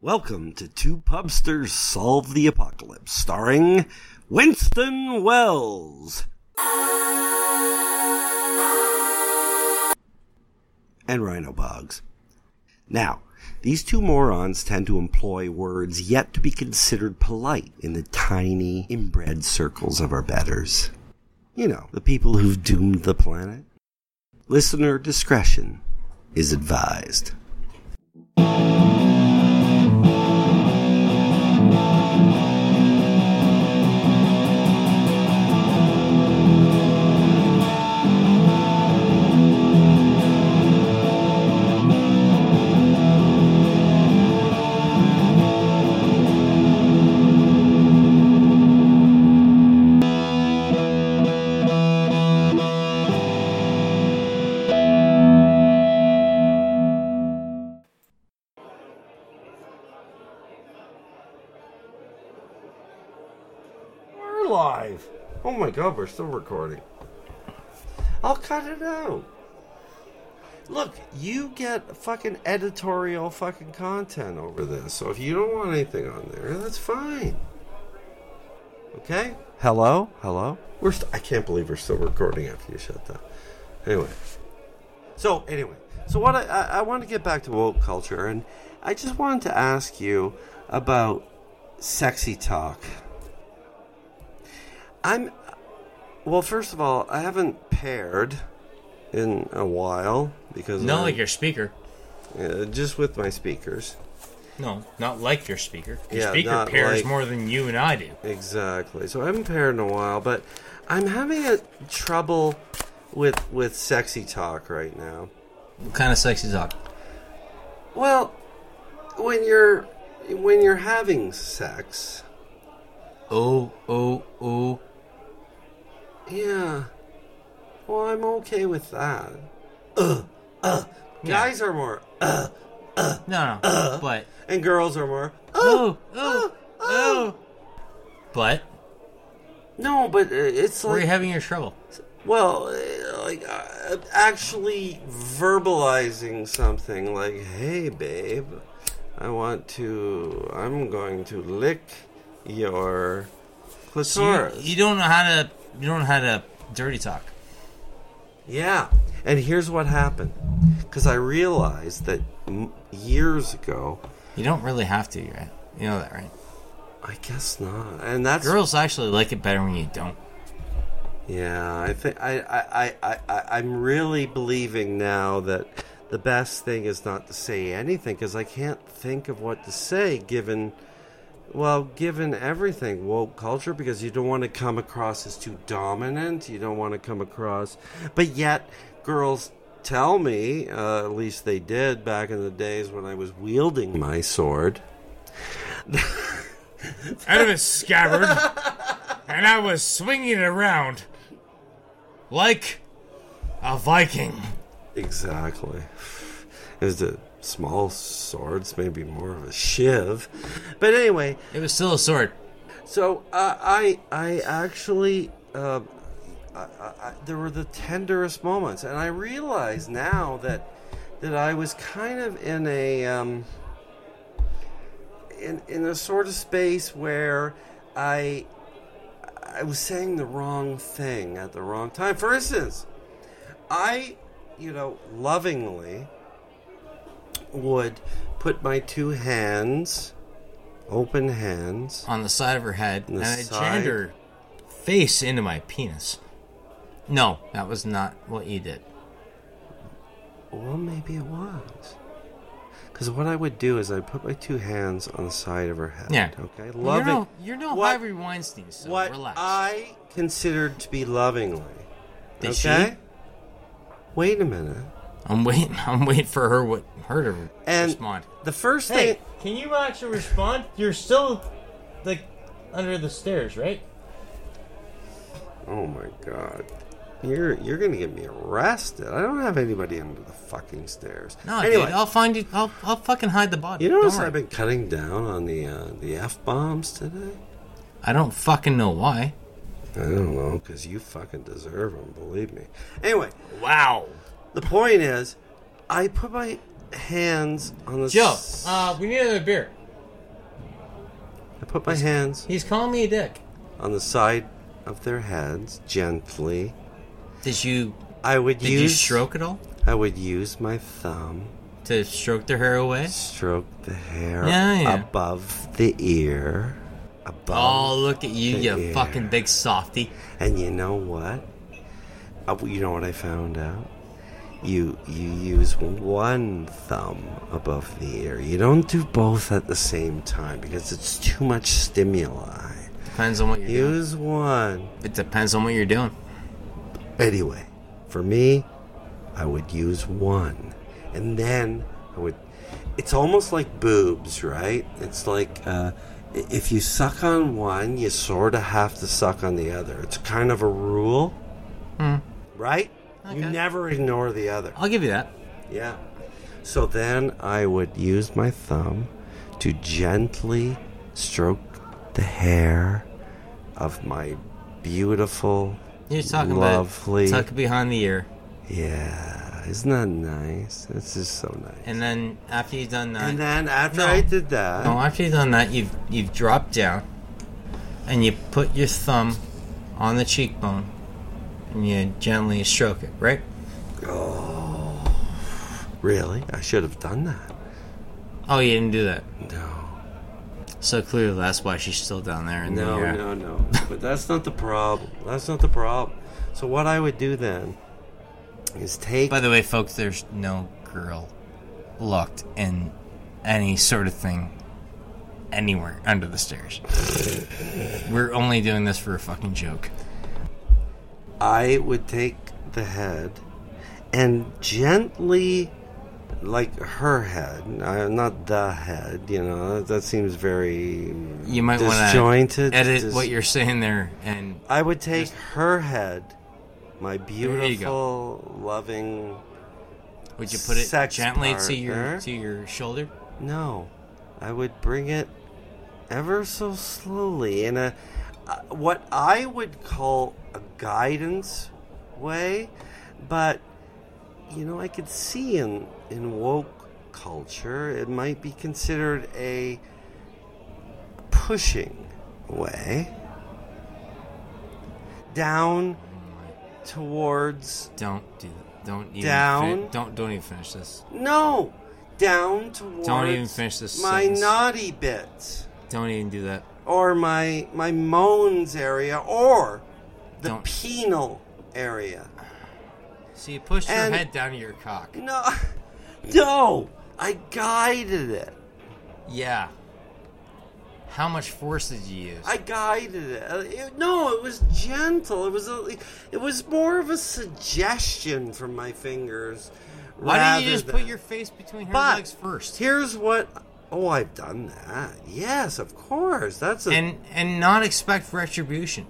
Welcome to Two Pubsters Solve the Apocalypse, starring Winston Wells and Rhino Boggs. Now, these two morons tend to employ words yet to be considered polite in the tiny, inbred circles of our betters. You know, the people who've doomed the planet. Listener discretion is advised. We're live. Oh my god, we're still recording. I'll cut it out. Look, you get fucking editorial fucking content over this. So if you don't want anything on there, that's fine. Okay? Hello? Hello? We're st- I can't believe we're still recording after you shut down. Anyway. So anyway, so what I, I, I want to get back to woke culture and I just wanted to ask you about sexy talk. I'm well. First of all, I haven't paired in a while because Not I- like your speaker. uh, just with my speakers. No, not like your speaker. Your Yeah, speaker not pairs like- more than you and I do. Exactly. So I haven't paired in a while, but I'm having a trouble with with sexy talk right now. What kind of sexy talk? Well, when you're when you're having sex, Oh, oh, oh. yeah. Well, I'm okay with that. Ugh, ugh. Guys are more, ugh, No, no. but and girls are more. Ugh. oh, oh, oh. But No, but uh, it's where are like you having your trouble? Well, uh, like uh, actually verbalizing something like, "Hey, babe, I want to. I'm going to lick your You, clitoris." you don't know how to. You don't know how to dirty talk. yeah, and here's what happened, because I realized that m- years ago. You don't really have to, right? You know that, right? I guess not, and that's Girls actually like it better when you don't. Yeah, I think I, I, I, I, I- I'm really believing now that the best thing is not to say anything because I can't think of what to say given, well, given everything woke culture because you don't want to come across as too dominant. You don't want to come across, but yet girls tell me, uh, at least they did back in the days when I was wielding my sword. out of his scabbard, and I was swinging it around like a Viking. Exactly. It was the small swords, maybe more of a shiv. But anyway, It was still a sword. so uh, I I actually uh, I, I, I- there were the tenderest moments, and I realize now that that I was kind of in a um, in in a sort of space where I I was saying the wrong thing at the wrong time. For instance, I you know lovingly would put my two hands open hands on the side of her head, the and I side? jammed her face into my penis. No, that was not what you did. Well, maybe it was. Because what I would do is I put my two hands on the side of her head. Yeah. Okay. You're Loving. no, you're no What- Harvey Weinstein, so what relax. I considered to be lovingly. Did she? okay. Wait a minute. I'm waiting. I'm waiting for her. What her to And respond? the first thing. can you actually respond? You're still like under the stairs, right? Oh my god. You're you're gonna get me arrested. I don't have anybody under the fucking stairs. No, anyway, dude. I'll find you. I'll, I'll fucking hide the body. you Don't notice worry. I've been cutting down on the uh, the f bombs today. I don't fucking know why. I don't know because you fucking deserve them. Believe me. Anyway, Wow. The point is, I put my hands on the. Joe, s- uh, we need another beer. I put my hands He's calling me a dick. on the side of their heads gently. Did you I would did use you stroke at all I would use my thumb, to stroke their hair away? stroke the hair Yeah, yeah. above the ear, Oh, above. look at you, you Yeah. fucking big softy. And you know what? Uh, You know what I found out? You you use one thumb above the ear. You don't do both at the same time because it's too much stimuli. Depends on what you're doing. Use one. It depends on what you're doing. Anyway, for me, I would use one. And then I would. It's almost like boobs, right? It's like uh, i- if you suck on one, you sort of have to suck on the other. It's kind of a rule. Right? You Okay. never ignore the other. I'll give you that. Yeah. So then I would use my thumb to gently stroke the hair of my beautiful You're talking Lovely. about tuck behind the ear, yeah, isn't that nice? It's just so nice. and then after you've done that, And then after No. I did that, no, after you've done that, you've you've dropped down, and you put your thumb on the cheekbone, and you gently stroke it, right? Oh, really, I should have done that. Oh, you didn't do that. No, So clearly, that's why she's still down there. In no, the, uh, no, no. but that's not the problem. That's not the problem. So what I would do then is take. By the way, folks, there's no girl locked in any sort of thing anywhere under the stairs. We're only doing this for a fucking joke. I would take the head and gently, like her head, uh, not the head. You know that, that seems very You might want to disjointed. edit dis- what you're saying there, and I would take her head, my you go. beautiful, loving. would you put it Sex gently to your partner. to your shoulder? No, I would bring it ever so slowly in a uh, what I would call a guidance way, but you know I could see in in woke culture it might be considered a pushing way down towards Don't do that. Don't even Down. fin- don't don't even finish this. No, down towards. Don't even finish this My sentence. naughty bits, Don't even do that. or my my moans area, or the Don't. penal area. So you push your And- head down to your cock. No, no, I guided it. Yeah. How much force did you use? I guided it. Uh, it- No, it was gentle. It was a, it was more of a suggestion from my fingers. Why didn't rather you just than- put your face between her But- legs first? Here's what. Oh, I've done that. Yes, of course. That's a and and not expect retribution.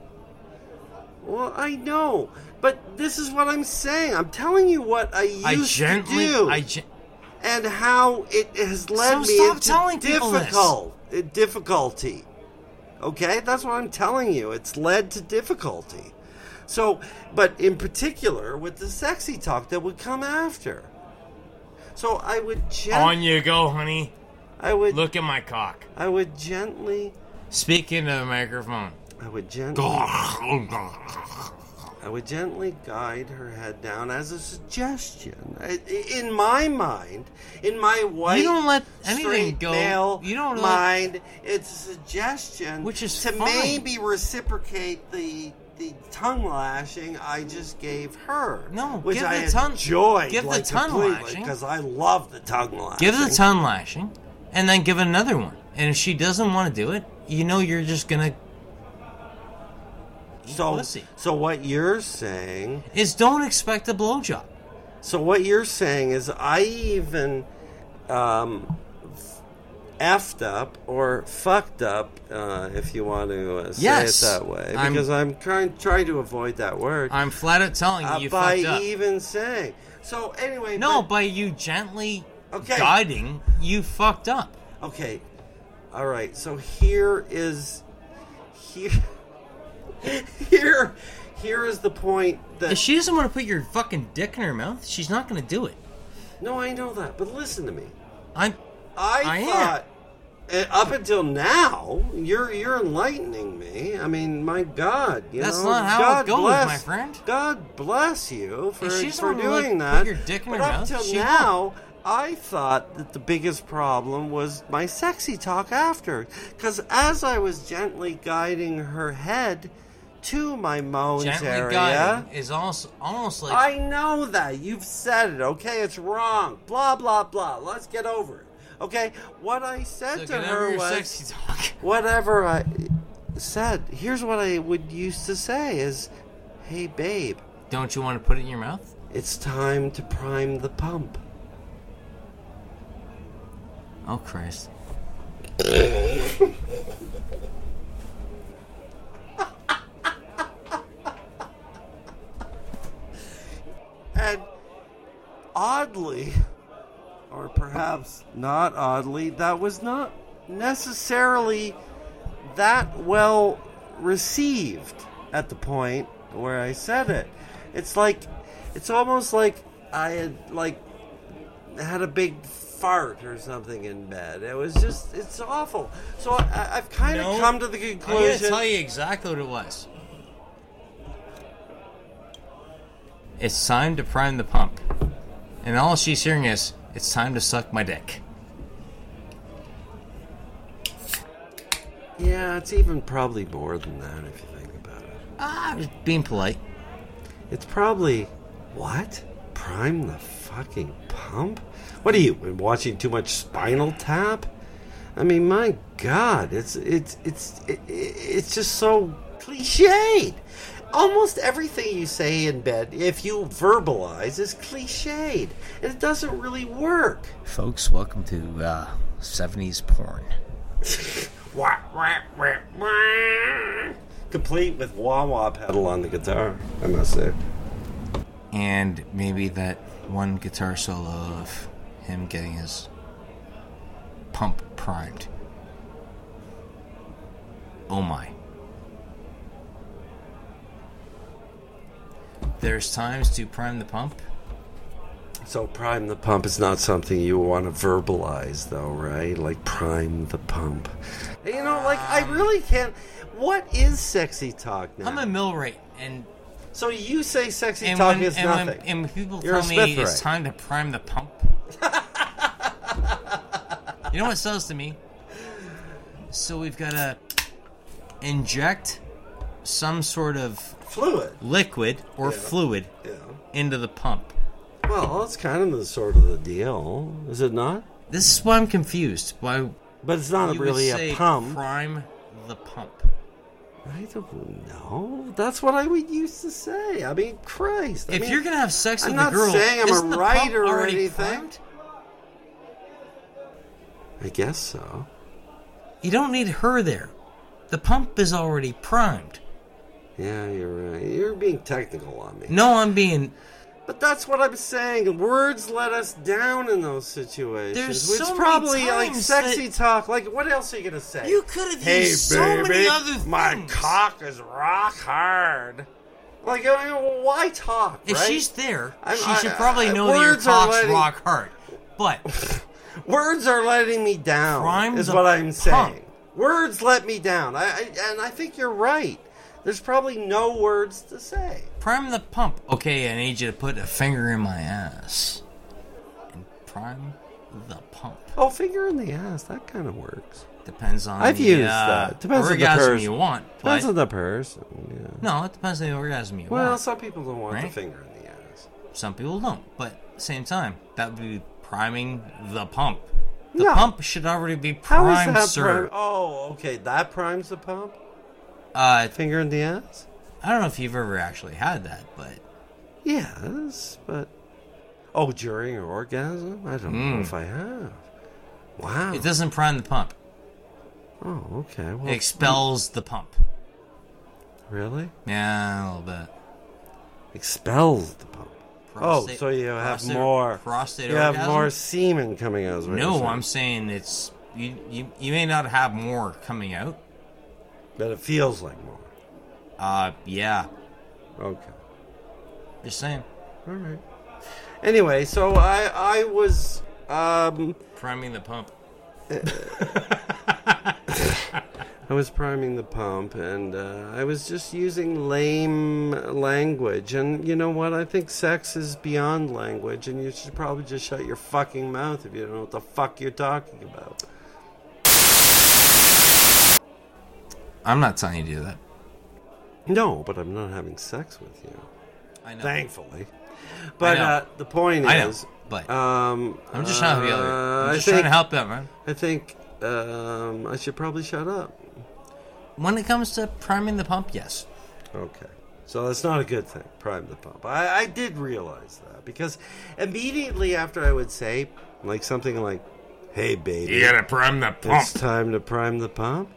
Well, I know, but this is what I'm saying. I'm telling you what I used I gently, to do, I gen- and how it has led So me stop into telling people this. difficult uh, difficulty. Okay, that's what I'm telling you. It's led to difficulty. So, but in particular with the sexy talk that would come after. So I would gent- On you go, honey. I would Look at my cock. I would gently speak into the microphone. I would gently I would gently guide her head down as a suggestion. I- i- In my mind, in my white, You don't let anything straight go. male You don't let- mind, it's a suggestion, Which is to fine. maybe reciprocate the the tongue lashing I just gave her. No, which give I the tongue- enjoyed. give the like, tongue lashing. because I love the tongue lashing. Give the tongue lashing, and then give another one. And if she doesn't want to do it, you know you're just gonna. eat So, pussy. so what you're saying is don't expect a blowjob. So what you're saying is I even um, f- effed up or fucked up, uh, if you want to uh, say Yes. it that way, I'm- because I'm trying trying to avoid that word I'm flat out telling you, uh, you by fucked up. even saying. So anyway, no, but- by you gently Okay. guiding, you fucked up. okay, all right. So here is here here here is the point that If she doesn't want to put your fucking dick in her mouth, she's not gonna do it. no, I know that, but listen to me. I'm. I, I am. thought uh, up until now, you're you're enlightening me. I mean, my God, you That's know, not how it God goes, bless, my friend. God bless you for, If she's the for one who, like, doing put that. your dick in but her up mouth, till she- now, I thought that the biggest problem was my sexy talk after, because as I was gently guiding her head to my moans area. Gently guiding is also almost like I know that. You've said it, okay? It's wrong. Blah, blah, blah. Let's get over it. Okay? What I said Look, to whenever her you're was sexy talk. whatever I said. Here's what I would used to say is, "Hey babe, Don't you want to put it in your mouth? it's time to prime the pump." Oh Christ! And oddly, or perhaps not oddly, that was not necessarily that well received at the point where I said it. It's like, it's almost like I had, like, had a big fart or something in bed. It was just, it's awful. So I, I've kind of No, come to the I'm gonna conclusion. tell you exactly what it was. It's time to prime the pump, and all she's hearing is, "It's time to suck my dick." yeah, it's even probably more than that if you think about it. Ah, I'm just being polite. It's probably what? Prime the fucking pump? What are you been watching too much Spinal Tap? I mean, my God, it's it's it's it, it's just so cliched. Almost everything you say in bed, if you verbalize, is cliched, and it doesn't really work. Folks, welcome to uh, 70s porn. Wah, wah, wah, wah. Complete with wah wah pedal on the guitar. I must say. And maybe that one guitar solo of him getting his pump primed. Oh my. There's times to prime the pump. So prime the pump is not something you want to verbalize, though, right? Like prime the pump. You know, like I really can't. What is sexy talk now? I'm a mill rate, and, so you say sexy and, talk when, is and, when, nothing. and when people You're a tell me Smith it's rate. time to prime the pump, you know what sells to me? So we've got to inject some sort of Fluid. liquid or fluid Yeah. into the pump. Well, that's kind of the sort of the deal, is it not? This is why I'm confused. Why you But it's not would really say a pump. prime the pump? I don't know. That's what I would used to say. I mean, Christ. I if mean, you're gonna have sex I'm with not a girl, saying I'm a isn't the pump writer or already anything. primed? I guess so. You don't need her there. The pump is already primed. Yeah, you're right. You're being technical on me. No, I'm being. But that's what I'm saying. Words let us down in those situations. There's it's so many probably like times sexy talk. Like, what else are you gonna say? You could have hey, used so baby, many other my things. cock is rock hard. Like, I mean, why talk? If right? she's there, I'm- she I- should probably I- know that your words are cock's letting- rock hard. But words are letting me down. Prime is the what I'm pump. saying. Words let me down. I, I and I think you're right. There's probably no words to say. prime the pump. Okay, I need you to put a finger in my ass and prime the pump. Oh, finger in the ass. That kind of works. Depends on I've the, used uh, that. Depends on the orgasm person. you want. Depends but- on the person. Yeah. no, it depends on the orgasm you Well, want. some people don't want the Right? finger in the ass. Some people don't, but at the same time, that would be priming the pump. The No. pump should already be How is primed, that sir. prime? Oh, okay. That primes the pump? Uh, Finger in the ass? I don't know if you've ever actually had that, but Yes, but. Oh, during an orgasm? I don't know if I have. Wow. Hmm. it doesn't prime the pump. oh, okay. Well, It expels the pump. really? Yeah, a little bit. Expels the pump. oh, Prostate- so you have prostate- more. prostate you have orgasm? more semen coming out. is what you're No, saying. I'm saying it's you, you. You may not have more coming out. But it feels like more. Uh, yeah, Okay. just saying. All right. Anyway, so I I was um Priming the pump. I was priming the pump and uh, I was just using lame language. And you know what? I think sex is beyond language, and you should probably just shut your fucking mouth if you don't know what the fuck you're talking about. I'm not telling you to do that. No, but I'm not having sex with you. I know. Thankfully. But know. uh, the point I know, is. but- um, I'm just trying to be other. uh, I'm I just think, trying to help them, man. I think um, I should probably shut up. When it comes to priming the pump, yes. Okay. So that's not a good thing, prime the pump. I, I did realize that because immediately after I would say, like, something like, hey, baby, You gotta prime the pump. it's time to prime the pump,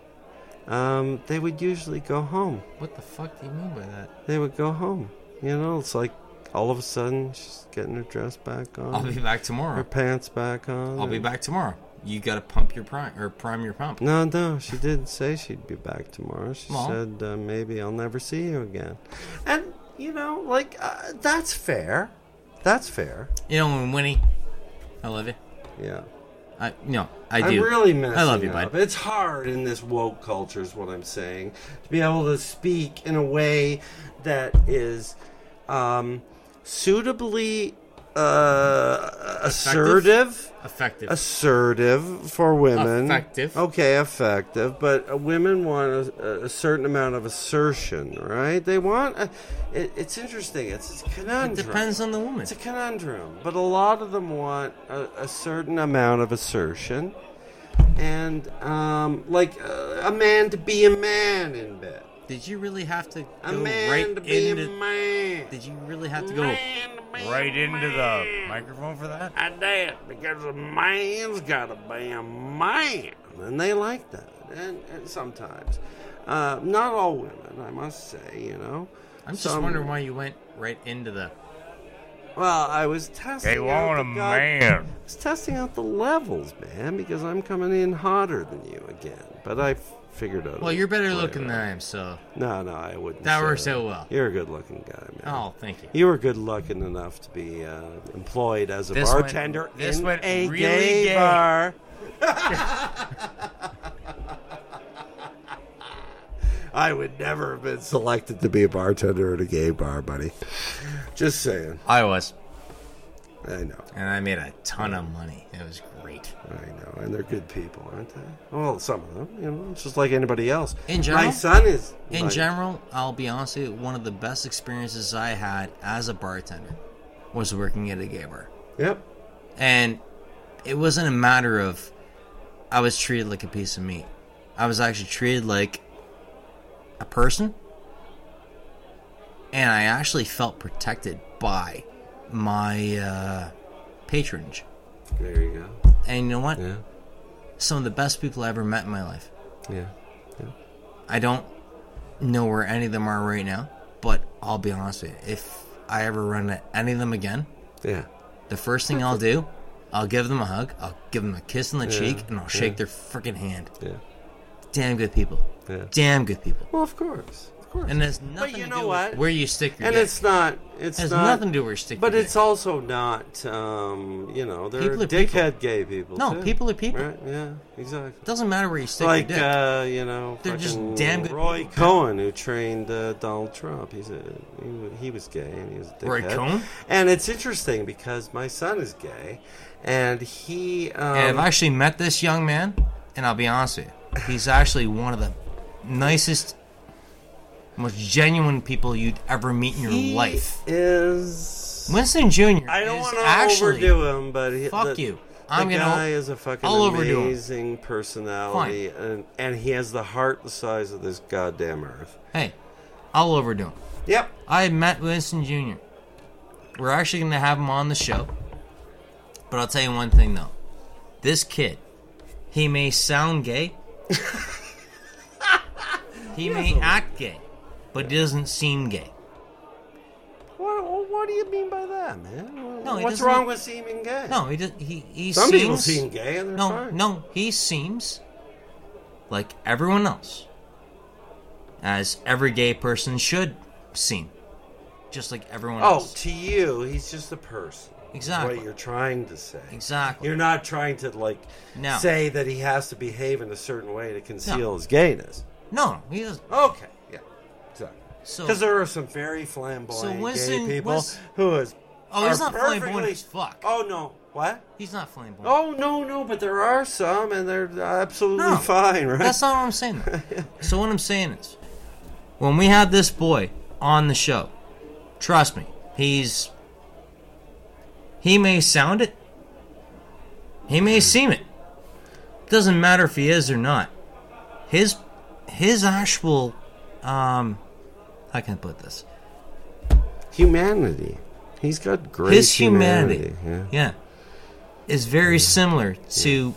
um, they would usually go home. What the fuck do you mean by that? They would go home. You know, it's like all of a sudden she's getting her dress back on, I'll be back her tomorrow. pants back on. I'll be and- back tomorrow. You gotta pump your prime or prime your pump. No, no, she didn't say she'd be back tomorrow. She Aw. said uh, maybe I'll never see you again. And you know, like uh, that's fair. That's fair. You know, when Winnie, I love you. Yeah. I no, I I'm do. really messing I love you, up. bud. It's hard in this woke culture, is what I'm saying, to be able to speak in a way that is um, suitably uh, assertive, Effective. assertive for women. Effective. Okay, effective, but uh, women want a, a certain amount of assertion, right? They want. A, it, it's interesting. It's, it's a conundrum. Depends on the woman. It's a conundrum, but a lot of them want a, a certain amount of assertion, and um, like uh, a man to be a man in bed, Did you really have to a go man right to be into? a man. Did you really have to go Man to be a right into the man. microphone for that? I did because a man's got to be a man, and they like that. And, and sometimes, uh, not all women, I must say, you know. I'm just Some- wondering why you went right into the. Well, I was testing. They out want the a god- man. I was testing out the levels, man, because I'm coming in hotter than you again. But I f- figured out. Well, a you're better way looking than around. I am, so No, no, I wouldn't. that say works out well. You're a good-looking guy, man. Oh, thank you. You were good looking enough to be uh, employed as a This went- bartender this in went a really gay, gay. bar. I would never have been selected to be a bartender at a gay bar, buddy. Just saying. I was, I know. and I made a ton of money. It was great. I know, and they're good people, aren't they? Well, some of them, you know, just like anybody else. In general? my son is In my- general, I'll be honest with you, one of the best experiences I had as a bartender was working at a gay bar. Yep. And it wasn't a matter of I was treated like a piece of meat. I was actually treated like a person. And I actually felt protected by my uh, patronage. There you go. And you know what? Yeah. Some of the best people I ever met in my life. Yeah. I don't know where any of them are right now, but I'll be honest with you. If I ever run into any of them again, Yeah. the first thing I'll do, I'll give them a hug, I'll give them a kiss on the cheek, and I'll shake their freaking hand. Yeah. Damn good people. Yeah. Damn good people. Well, of course, of course. And there's nothing you to know do what? with where you stick your and dick. it's not. It's It has not. nothing to do with where you stick But your it's dick. also not. Um, you know, they're People are people. dickhead gay people. No, too, people are people. Right? Yeah. Exactly. It doesn't matter where you stick Like your dick. uh, you know, They're just fucking damn good Roy people. Cohen, who trained uh, Donald Trump. He's a he, wa- he was gay and he was a dickhead. Roy Cohn? And it's interesting because my son is gay, and he um, and I've actually met this young man, and I'll be honest with you, he's actually one of the nicest, most genuine people you'd ever meet in your he life. is. Winston Jr. I don't is want to actually overdo him, but he, Fuck the, you. I'm the gonna- guy is a fucking I'll overdo him. amazing personality, and, and he has the heart the size of this goddamn earth. Hey, I'll overdo him. Yep. I met Winston Jr. We're actually going to have him on the show. But I'll tell you one thing, though. This kid, he may sound gay, he may act gay, but he doesn't seem gay. What, what do you mean by that, man? No, he What's doesn't- wrong with seeming gay? No, he does, he he Some seems people seem gay and they're no fine. no he seems like everyone else, as every gay person should seem, just like everyone Oh, else. to you, he's just a person. Exactly. What you're trying to say. Exactly. You're not trying to like No. say that he has to behave in a certain way to conceal his gayness. no, he doesn't. Okay. Yeah. Exactly. So- Because there are some very flamboyant So Winston gay people was- who is. Oh, he's are not flamboyant perfectly- as fuck. Oh no. What? He's not flamboyant. Oh no, no. But there are some, and they're absolutely No. fine, right? That's not what I'm saying. though. So what I'm saying is, when we had this boy on the show, trust me, he's he may sound it, he may Hmm. seem it. Doesn't matter if he is or not. His his actual um, how can I put this? humanity. He's got great his humanity, humanity, yeah. is very similar to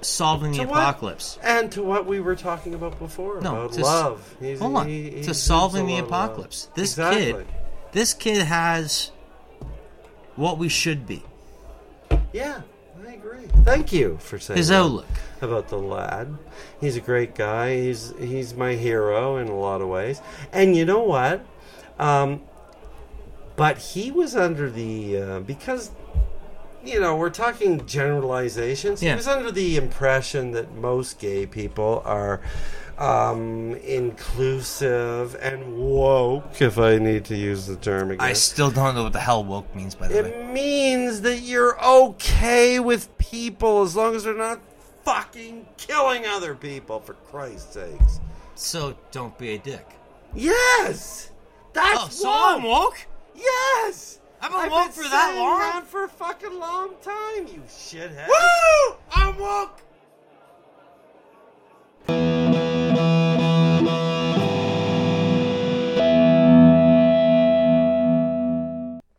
solving the To what? apocalypse. yeah. And to what we were talking about before No, about to s- love. He's, Hold on. he- he- to he's solving a the lot of love. apocalypse. This Exactly. kid this kid has what we should be. Yeah, I agree. Thank you for saying His that outlook. about the lad. He's a great guy. He's he's my hero in a lot of ways. And you know what? Um, but he was under the uh, because you know we're talking generalizations. Yeah. He was under the impression that most gay people are um inclusive and woke if i need to use the term again I still don't know what the hell woke means by the way. it means that you're okay with people as long as they're not fucking killing other people, for Christ's sakes. So don't be a dick. Yes! That's Oh, so woke! I'm woke? Yes! I've been I've woke been for that saying long? that for a fucking long time, you shithead. Woo! I'm woke!